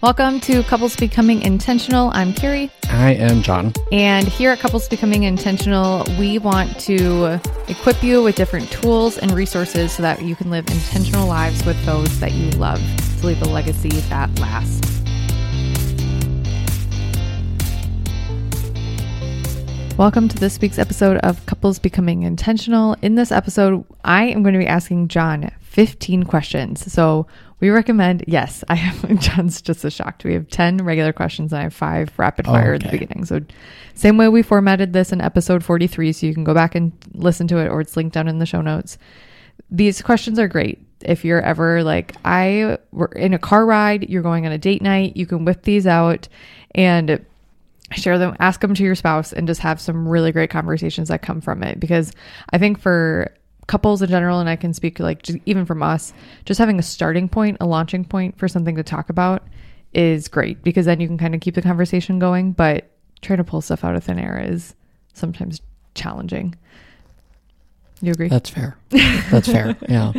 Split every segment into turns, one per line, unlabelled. Welcome to Couples Becoming Intentional. I'm Carrie.
I am John.
And here at Couples Becoming Intentional, we want to equip you with different tools and resources so that you can live intentional lives with those that you love to leave a legacy that lasts. Welcome to this week's episode of Couples Becoming Intentional. In this episode, I am going to be asking John 15 questions. So we recommend, yes, I have, John's just a shocked. We have 10 regular questions and I have five rapid fire at the
Okay.
beginning. So, same way we formatted this in episode 43, so you can go back and listen to it or it's linked down in the show notes. These questions are great. If you're ever like, I were in a car ride, you're going on a date night, you can whip these out and share them, ask them to your spouse, and just have some really great conversations that come from it. Because I think for couples in general, and I can speak like just even from us, just having a starting point, a launching point for something to talk about is great because then you can kind of keep the conversation going. But trying to pull stuff out of thin air is sometimes challenging. You agree?
That's fair. That's fair. Yeah.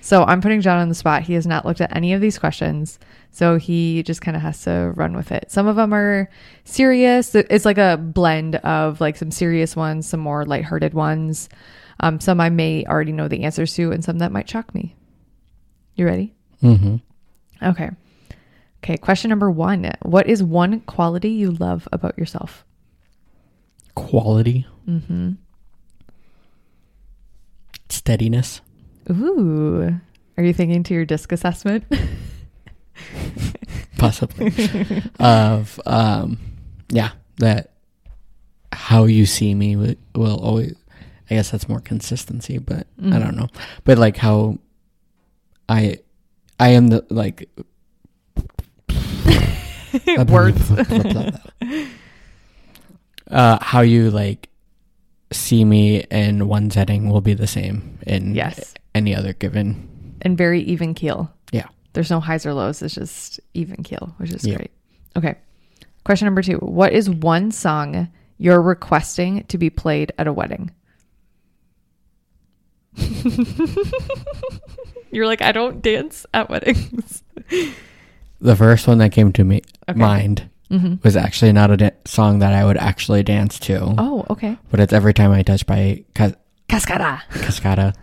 So I'm putting John on the spot. He has not looked at any of these questions. So he just kind of has to run with it. Some of them are serious. It's like a blend of like some serious ones, some more lighthearted ones. Um, some I may already know the answers to, and some that might shock me. You ready?
hmm
Okay. Okay. Question number one What is one quality you love about yourself?
Quality,
Mm-hmm.
steadiness.
Ooh. Are you thinking to your disc assessment?
possibly of um yeah that how you see me wi- will always i guess that's more consistency but i
Mm.
don't know but like how i i am the like
Words.
uh how you like see me in one setting will be the same in
Yes.
any other given
and very even keel.
Yeah.
There's no highs or lows. It's just even keel, which is
Yeah.
great. Okay. Question number two What is one song you're requesting to be played at a wedding? you're like, I don't dance at weddings.
the first one that came to me
Okay. Mm-hmm.
mind was actually not a da- song that i would actually dance to
Oh, okay.
but it's every time I touch by Cas-
Cascada.
Cascada.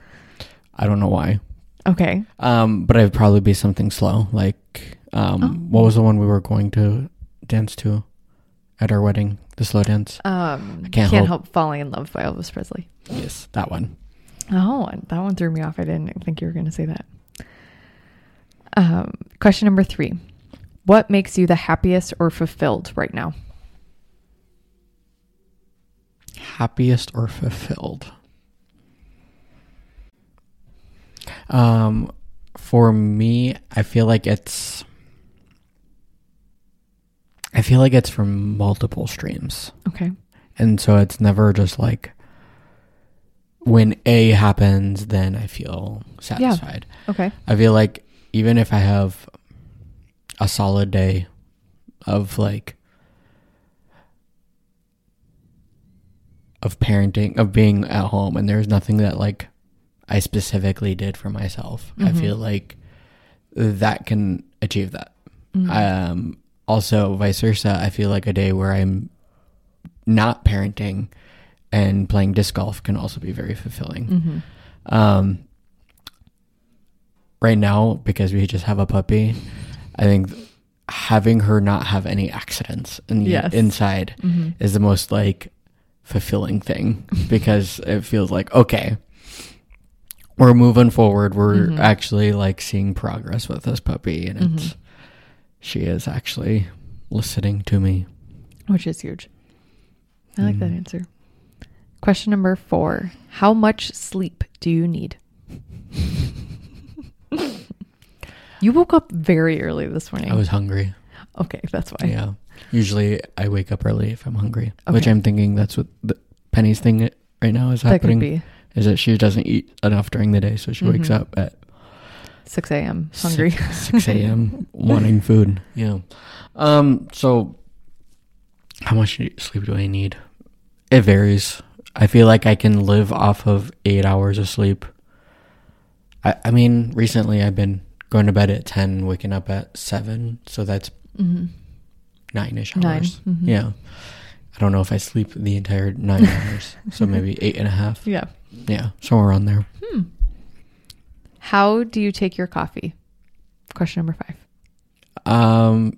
I don't know why.
Okay.
Um, but it'd probably be something slow. Like,
Oh.
um, what was the one we were going to dance to at our wedding? The slow dance.
Um, can't,
Can't
help.
Help-
falling in love by Elvis Presley.
yes, that one.
Oh, that one threw me off. I didn't think you were going to say that. Um, question number three What makes you the happiest or fulfilled right now?
Happiest or fulfilled? Um, for me, I feel like it's. I feel like it's from multiple streams.
Okay.
And so it's never just like when A happens, then I feel satisfied.
Okay.
I feel like even if I have a solid day of like of parenting, of being at home and there's nothing that like I specifically did for myself. I feel like that can achieve that. Um also vice versa, I feel like a day where I'm not parenting and playing disc golf can also be very fulfilling. Um, right now, because we just have a puppy, I think having her not have any accidents in the
Yes.
inside is the most like fulfilling thing because it feels like okay. We're moving forward. We're
Mm-hmm.
actually like seeing progress with this puppy, and it's she is actually listening to me.
Which is huge. I like
Mm.
that answer. Question number four How much sleep do you need? you woke up very early this morning.
I was hungry.
okay, that's why.
Yeah. Usually I wake up early if I'm hungry, which
Okay.
I'm thinking that's what the Penny's thing right now is
that could
happening.
be
Is that she doesn't eat enough during the day, so she wakes
Mhm.
up at
6 a.m. hungry.
six, six a.m. wanting food. Yeah. Um. So, how much sleep do I need? It varies. I feel like I can live off of eight hours of sleep. I, I mean, recently I've been going to bed at ten, waking up at seven, so that's
Mm-hmm.
nine ish hours.
Nine, mhm.
Yeah. I don't know if I sleep the entire nine hours. So maybe eight and a half.
Yeah.
Yeah. Somewhere around there.
How do you take your coffee? Question number five.
Um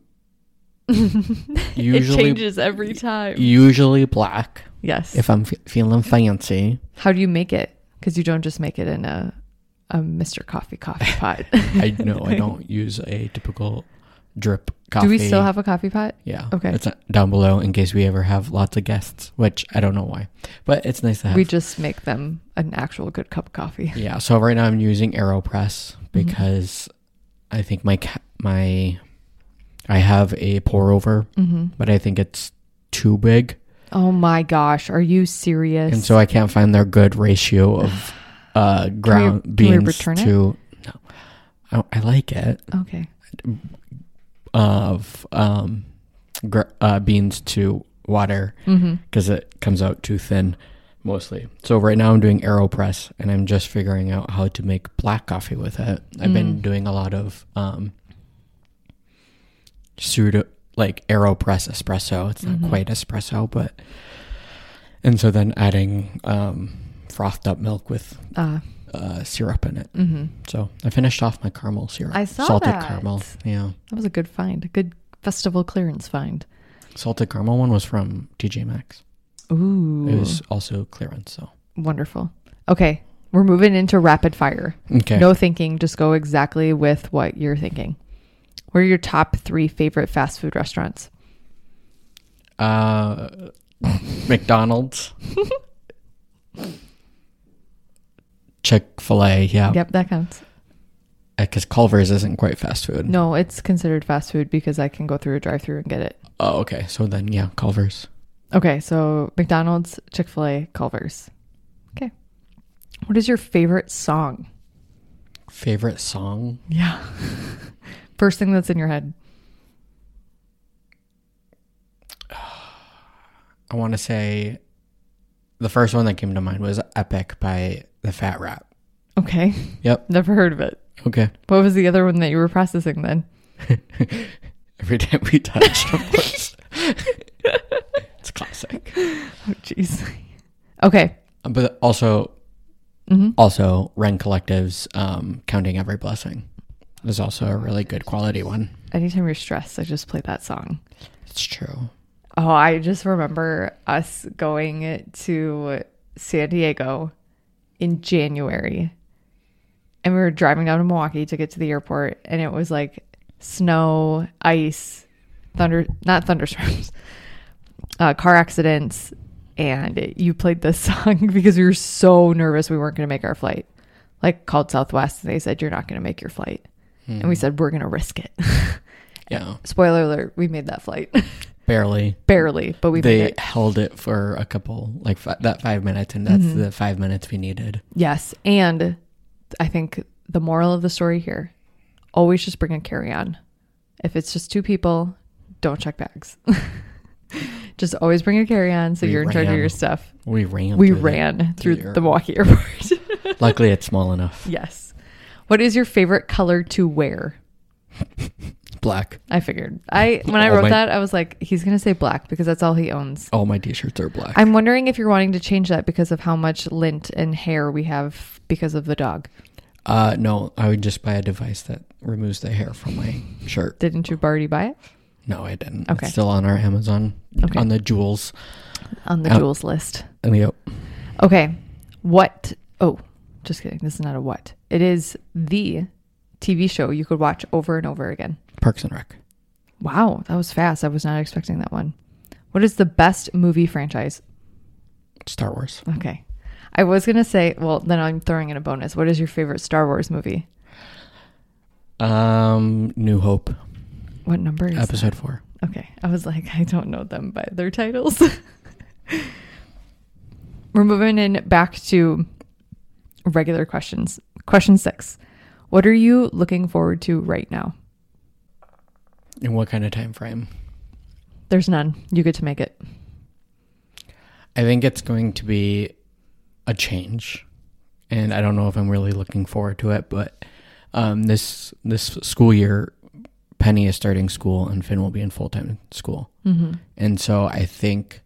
it
usually
changes every time.
usually black.
yes.
If I'm f- feeling fancy,
How do you make it? Because you don't just make it in a a Mr. Coffee coffee pot.
I know I don't use a typical drip coffee.
do we still have a coffee pot?
Yeah.
Okay.
It's uh, down below in case we ever have lots of guests, which I don't know why, but it's nice to have.
We just make them an actual good cup of coffee.
Yeah. So right now I'm using AeroPress
Mm-hmm.
because I think my ca- my I have a pour over,
hmm
but I think it's too big,
Oh my gosh, are you serious?
and so I can't find their good ratio of uh, ground
can we
beans
return it?
to. No, I, I like it
okay,
of um, gr- uh, beans to water
hmm
because it comes out too thin mostly. So right now I'm doing AeroPress and I'm just figuring out how to make black coffee with it. I've
Mm.
been doing a lot of um pseudo like AeroPress espresso. It's
Mm-hmm.
not quite espresso, but and so then adding um frothed up milk with
uh,
uh syrup in it.
hmm
So I finished off my caramel syrup.
I saw
salted
that.
caramel. Yeah.
that was a good find, a good festival clearance find.
Salted caramel one was from TJ Maxx.
Ooh,
It was also clearance, so
wonderful. Okay, we're moving into rapid fire.
okay.
No thinking, just go exactly with what you're thinking. What are your top three favorite fast food restaurants?
Uh, McDonald's. Chick fil A, yeah.
Yep, that counts.
Because Culver's isn't quite fast food.
No, it's considered fast food because I can go through a drive through and get it.
Oh, okay. So then, yeah, Culver's.
Okay, so McDonald's, Chick fil A, Culver's. Okay. What is your favorite song?
Favorite song?
Yeah. First thing that's in your head.
I want to say the first one that came to mind was Epic by the Fat Rat.
Okay.
Yep.
Never heard of it.
Okay.
What was the other one that you were processing then?
Every time we touch, of course. it's classic.
Oh, jeez. Okay.
But also,
hmm
also Ren Collective's um, Counting Every Blessing is also a really good quality one.
Anytime you're stressed, I just play that song.
It's true.
Oh, I just remember us going to San Diego in January. And we were driving down to Milwaukee to get to the airport and it was like snow, ice, thunder not thunderstorms. Uh, car accidents and it, you played this song because we were so nervous we weren't going to make our flight. Like called Southwest and they said you're not going to make your flight. And we said we're going to risk it.
Yeah,
Spoiler alert, we made that flight.
barely.
Barely, but we made
They
it.
held it for a couple, like fi- that five minutes, and
Mm-hmm.
that's the five minutes we needed.
Yes. And I think the moral of the story here always just bring a carry on. If it's just two people, don't check bags. just always bring a carry on so
We
you're in charge of
ran.
your stuff.
We ran.
We
through the-
ran through
through
the,
the
Milwaukee airport.
Luckily, it's small enough.
yes. What is your favorite color to wear?
It's black.
I figured. I when I
Oh,
wrote
my-
that, I was like, he's gonna say black because that's all he owns.
All my t-shirts are black.
I'm wondering if you're wanting to change that because of how much lint and hair we have because of the dog.
uh, no, I would just buy a device that removes the hair from my shirt.
Didn't you already buy it?
No, I didn't.
Okay.
It's still on our Amazon
Okay.
on the jewels.
On the
Oh.
jewels list.
And the,
Okay. What? Oh, just kidding. This is not a what. It is the TV show you could watch over and over again.
Parks and Rec.
Wow, that was fast. I was not expecting that one. What is the best movie franchise?
Star Wars.
Okay. I was going to say, well, then I'm throwing in a bonus. What is your favorite Star Wars movie?
Um, New Hope,
What number is
episode four.
that? Okay. I was like, I don't know them by their titles. We're moving in back to regular questions. Question six What are you looking forward to right now?
In what kind of time frame?
There's none. You get to make it.
I think it's going to be a change, and I don't know if I'm really looking forward to it. But um, this this school year Penny is starting school and Finn will be in full time school.
Mm-hmm.
And so I think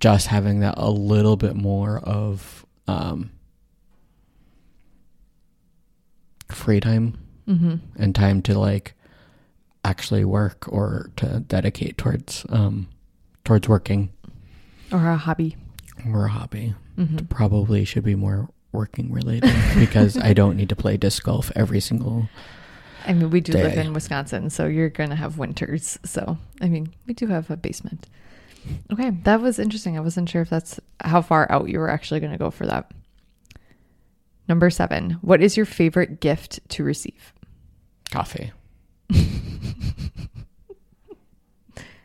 just having that a little bit more of um, free time
Mm-hmm.
and time to like actually work or to dedicate towards um, towards working
Or a hobby.
or a hobby
Mm-hmm.
probably should be more working related because I don't need to play disc golf every single
I mean, we do live
Day.
in Wisconsin, so you're going to have winters. So, I mean, we do have a basement. Okay, that was interesting. I wasn't sure if that's how far out you were actually going to go for that. Number seven, what is your favorite gift to receive?
coffee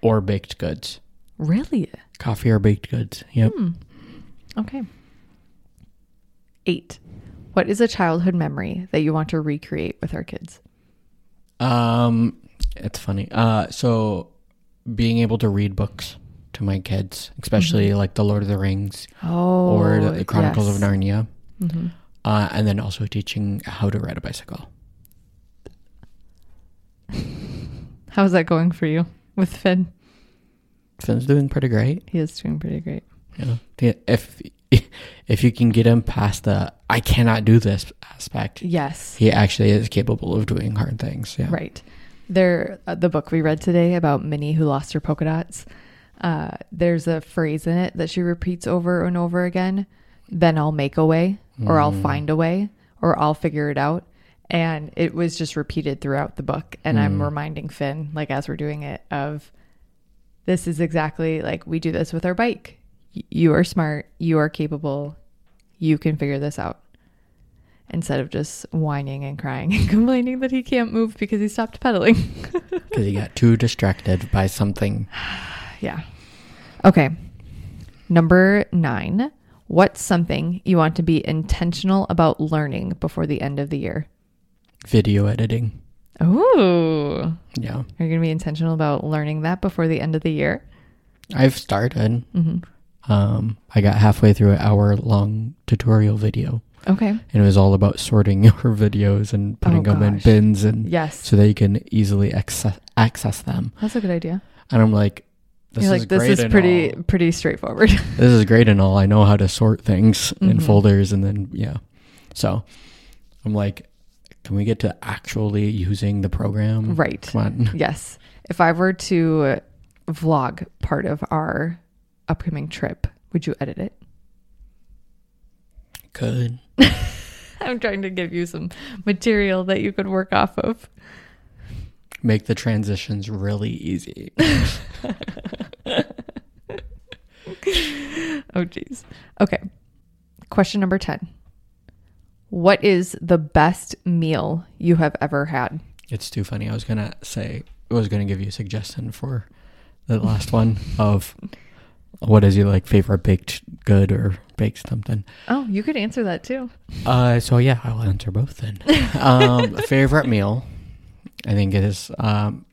or baked goods.
Really?
Coffee or baked goods. Yep.
Okay. Eight, what is a childhood memory that you want to recreate with our kids? Hmm.
Um, it's funny. Uh, so being able to read books to my kids, especially like The Lord of the Rings
Mm-hmm. Oh,
or the, the Chronicles
yes.
of Narnia,
Mhm.
uh, and then also teaching how to ride a bicycle.
How's that going for you with Finn?
Finn's doing pretty great.
He is doing pretty great.
Yeah. Yeah, If if you can get him past the I cannot do this aspect,
Yes.
he actually is capable of doing hard things. Yeah.
Right. There, uh, the book we read today about Minnie who lost her polka dots. Uh, there's a phrase in it that she repeats over and over again. Then I'll make a way, or I'll find a way, or I'll figure it out. And it was just repeated throughout the book. And I'm reminding Finn, like as we're doing it, of this is exactly like we do this with our bike. Y- You are smart. You are capable. You can figure this out instead of just whining and crying and complaining that he can't move because he stopped pedaling.
Because he got too distracted by something.
yeah. Okay. Number nine. What's something you want to be intentional about learning before the end of the year?
Video editing.
Oh,
Yeah.
you're going to be intentional about learning that before the end of the year.
I've started.
hmm
Um, I got halfway through an hour long tutorial video,
Okay.
and it was all about sorting your videos and putting
Oh,
them in
gosh.
bins and
Yes.
so that you can easily access access them.
That's a good idea.
And I'm like, this
you're
is
like, this
great
is
and
pretty,
all.
pretty straightforward.
This is great and all. I know how to sort things in
Mhm.
folders and then yeah. So I'm like, can we get to actually using the program?
right.
Come on.
Yes. If I were to vlog part of our upcoming trip, would you edit it?
Good.
I'm trying to give you some material that you could work off of.
Make the transitions really easy.
Oh, geez. Okay. Question number 10 What is the best meal you have ever had?
It's too funny. I was gonna say I was gonna give you a suggestion for the last one of what is your like favorite baked good or baked something.
Oh, you could answer that too.
Uh, so yeah, I will answer both then. um, favorite meal, I think it is um,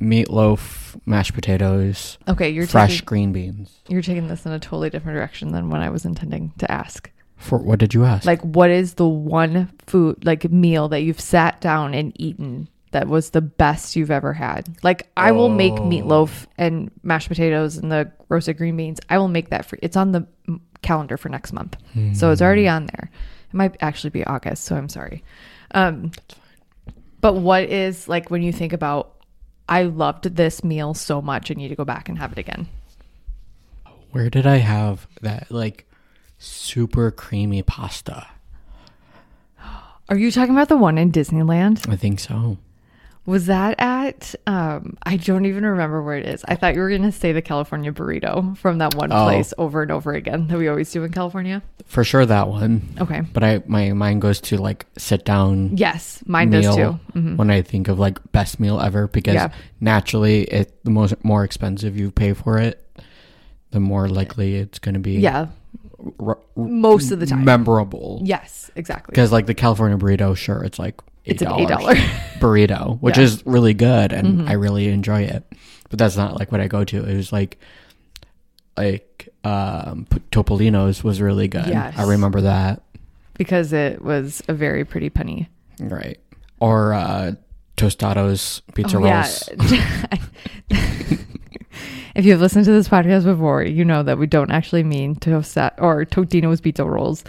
meatloaf, mashed potatoes,
Okay, you're
fresh
taking,
green beans.
you're taking this in a totally different direction than what I was intending to ask.
For what did you ask?
Like, what is the one food, like meal that you've sat down and eaten that was the best you've ever had? Like, I will make
Oh.
meatloaf and mashed potatoes and the roasted green beans. I will make that for it's on the mm, calendar for next month, so it's already on there. It might actually be August, so I'm sorry. Um, but what is like when you think about? I loved this meal so much. I need to go back and have it again.
Where did I have that like super creamy pasta?
Are you talking about the one in Disneyland?
I think so.
Was that at? Um, I don't even remember where it is. I thought you were gonna say the California burrito from that one
Oh.
place over and over again that we always do in California.
For sure that one.
Okay.
But I my mind goes to like sit down
Yes, mine does too. Mm-hmm.
meal when I think of like best meal ever because
Yeah.
naturally it the most more expensive you pay for it, the more likely it's going to be
Yeah,
r- r-
most of the time.
memorable.
Yes, exactly.
Because like the California burrito, sure, it's like
It's an
$8
$8.
burrito, which
Yeah. Mm-hmm.
is really good and I really enjoy it. But that's not like what I go to. It was like like um P- Topolino's was really good.
Yes.
I remember that.
Because it was a very pretty penny.
Right. Or uh tostados, pizza
Oh,
rolls.
if you've listened to this podcast before, you know that we don't actually mean Tosta or Totino's Pizza Rolls.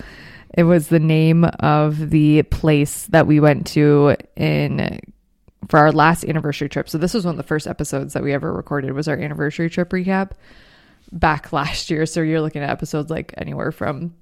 It was the name of the place that we went to in for our last anniversary trip. So this was one of the first episodes that we ever recorded was our anniversary trip recap back last year. So you're looking at episodes like anywhere from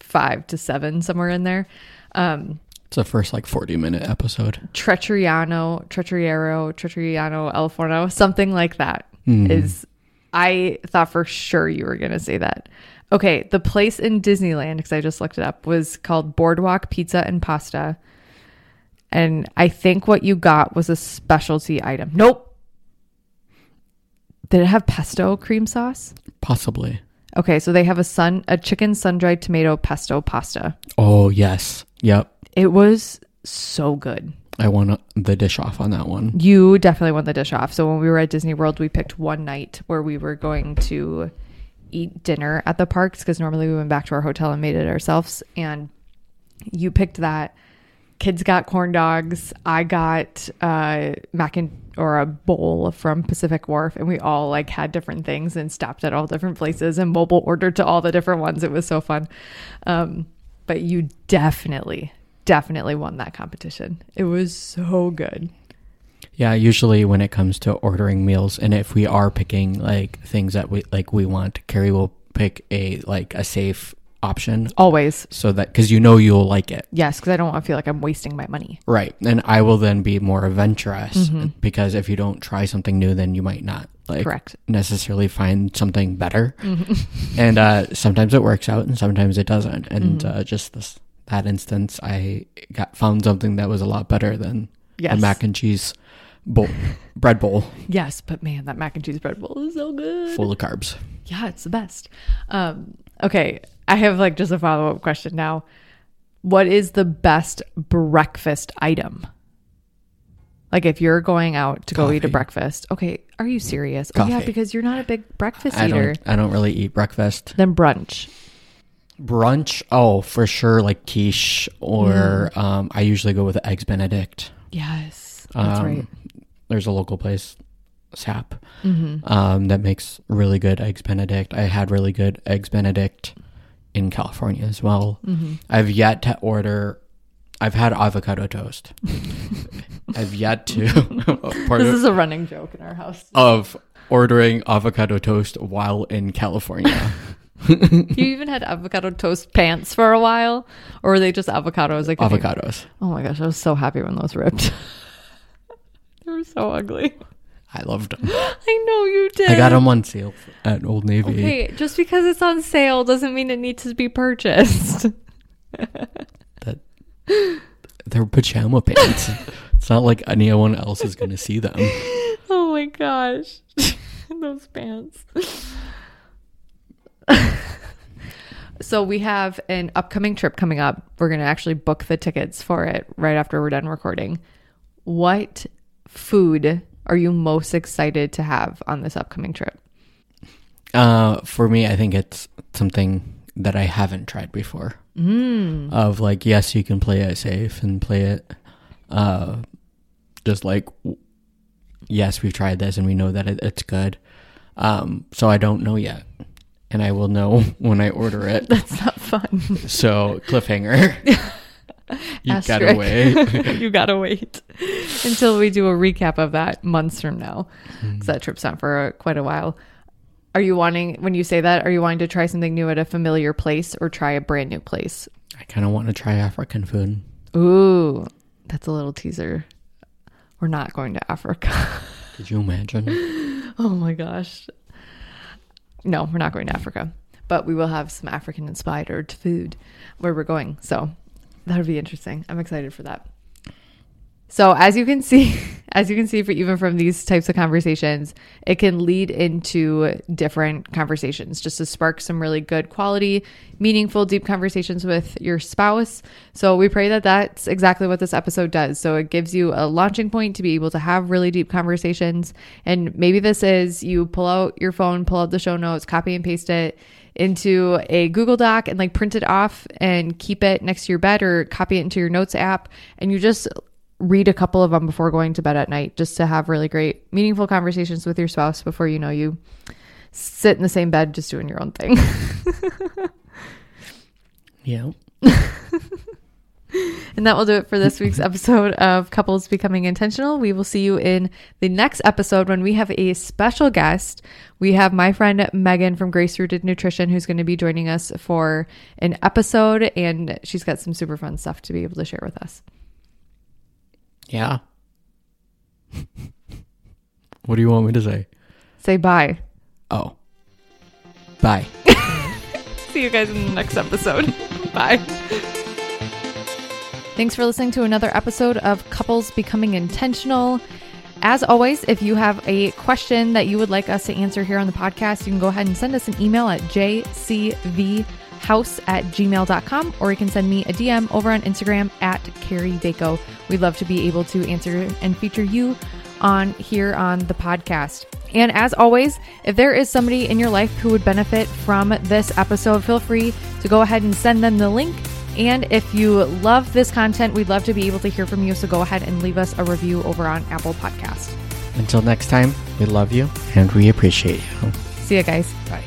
five to seven, somewhere in there. Um,
It's the first like 40 minute episode.
Treacherano, Treacherero, Treacherano, El Forno, something like that is. I thought for sure you were going to say that. Okay, the place in Disneyland, because I just looked it up, was called Boardwalk Pizza and Pasta. And I think what you got was a specialty item. Nope. Did it have pesto cream sauce?
Possibly.
Okay, so they have a sun a chicken sun-dried tomato pesto pasta.
Oh, yes. Yep.
It was so good.
I won the dish off on that one.
You definitely won the dish off. So when we were at Disney World, we picked one night where we were going to eat dinner at the parks because normally we went back to our hotel and made it ourselves. And you picked that. Kids got corn dogs. I got uh, mac and or a bowl from Pacific Wharf, and we all like had different things and stopped at all different places and mobile ordered to all the different ones. It was so fun. Um, but you definitely, definitely won that competition. It was so good.
Yeah, usually when it comes to ordering meals, and if we are picking like things that we like, we want, Carrie will pick a like a safe option
Always.
so that because you know you'll like it,
Yes, because I don't want to feel like I'm wasting my money.
right? And I will then be more adventurous because if you don't try something new, then you might not like
Mm-hmm. Correct. Mm-hmm.
necessarily find something better. and uh, sometimes it works out, and sometimes it doesn't. And uh, just this that instance, I got found something that was a lot better than
Yes.
a mac and cheese bowl, bread bowl.
Yes, but man, that mac and cheese bread bowl is so good.
full of carbs.
Yeah, it's the best. Um, okay, I have like just a follow up question now. What is the best breakfast item? Like if you're going out to go eat a
Coffee.
breakfast, okay, are you serious? Oh yeah,
Coffee.
because you're not a big breakfast
I
eater.
don't. I don't really eat breakfast.
Then brunch.
Brunch. Oh, for sure, like quiche, or
Mm-hmm.
um, I usually go with eggs Benedict.
Yes, that's
Um,
right.
There's a local place, Sap,
Mm-hmm.
um, that makes really good eggs Benedict. I had really good eggs Benedict in California as well.
Mm-hmm.
I've yet to order. I've had avocado toast. I've yet to. part
This
of,
is a running joke in our house.
of ordering avocado toast while in California.
You even had avocado toast pants for a while, or were they just avocados? Like
Avocados.
Oh my gosh, I was so happy when those ripped. they were so ugly.
I loved them.
I know you did.
I got them on sale at Old Navy.
Hey, just because it's on sale doesn't mean it needs to be purchased.
That they're pajama pants. it's not like anyone else is gonna see them.
oh my gosh. those pants. so we have an upcoming trip coming up. We're going to actually book the tickets for it right after we're done recording. What food are you most excited to have on this upcoming trip?
Uh, for me, I think it's something that I haven't tried before. Mm. Of like, yes, you can play it safe and play it, uh, just like, w- yes, we've tried this and we know that it, it's good. Um, so I don't know yet, and I will know when I order it.
It's not fun.
So cliffhanger. you
Asterisk.
gotta wait.
you gotta wait until we do a recap of that months from now because that trip's on for uh, quite a while are you wanting when you say that are you wanting to try something new at a familiar place or try a brand new place
I kind of want to try African food.
ooh that's a little teaser we're not going to africa
Could you imagine?
oh my gosh no we're not going to africa but we will have some african inspired food where we're going so that'll be interesting i'm excited for that So as you can see, as you can see, for even from these types of conversations, it can lead into different conversations, just to spark some really good quality, meaningful, deep conversations with your spouse. So we pray that that's exactly what this episode does. So it gives you a launching point to be able to have really deep conversations. And maybe this is you pull out your phone, pull out the show notes, copy and paste it into a Google Doc and like print it off and keep it next to your bed or copy it into your notes app. And you just read a couple of them before going to bed at night just to have really great, meaningful conversations with your spouse before you know you sit in the same bed just doing your own thing.
Yeah.
And that will do it for this week's episode of Couples Becoming Intentional. We will see you in the next episode when we have a special guest. We have my friend Megan from Grace Rooted Nutrition who's going to be joining us for an episode, and she's got some super fun stuff to be able to share with us.
Yeah. what do you want me to say?
Say bye.
Oh. Bye.
See you guys in the next episode. bye. Thanks for listening to another episode of Couples Becoming Intentional. As always, if you have a question that you would like us to answer here on the podcast, you can go ahead and send us an email at jcvhouse at gmail.com or you can send me a DM over on Instagram at Carrie Vaco. We'd love to be able to answer and feature you on here on the podcast. And as always, if there is somebody in your life who would benefit from this episode, feel free to go ahead and send them the link. And if you love this content, we'd love to be able to hear from you. So go ahead and leave us a review over on Apple Podcast.
Until next time, we love you and we appreciate you.
See you guys.
Bye.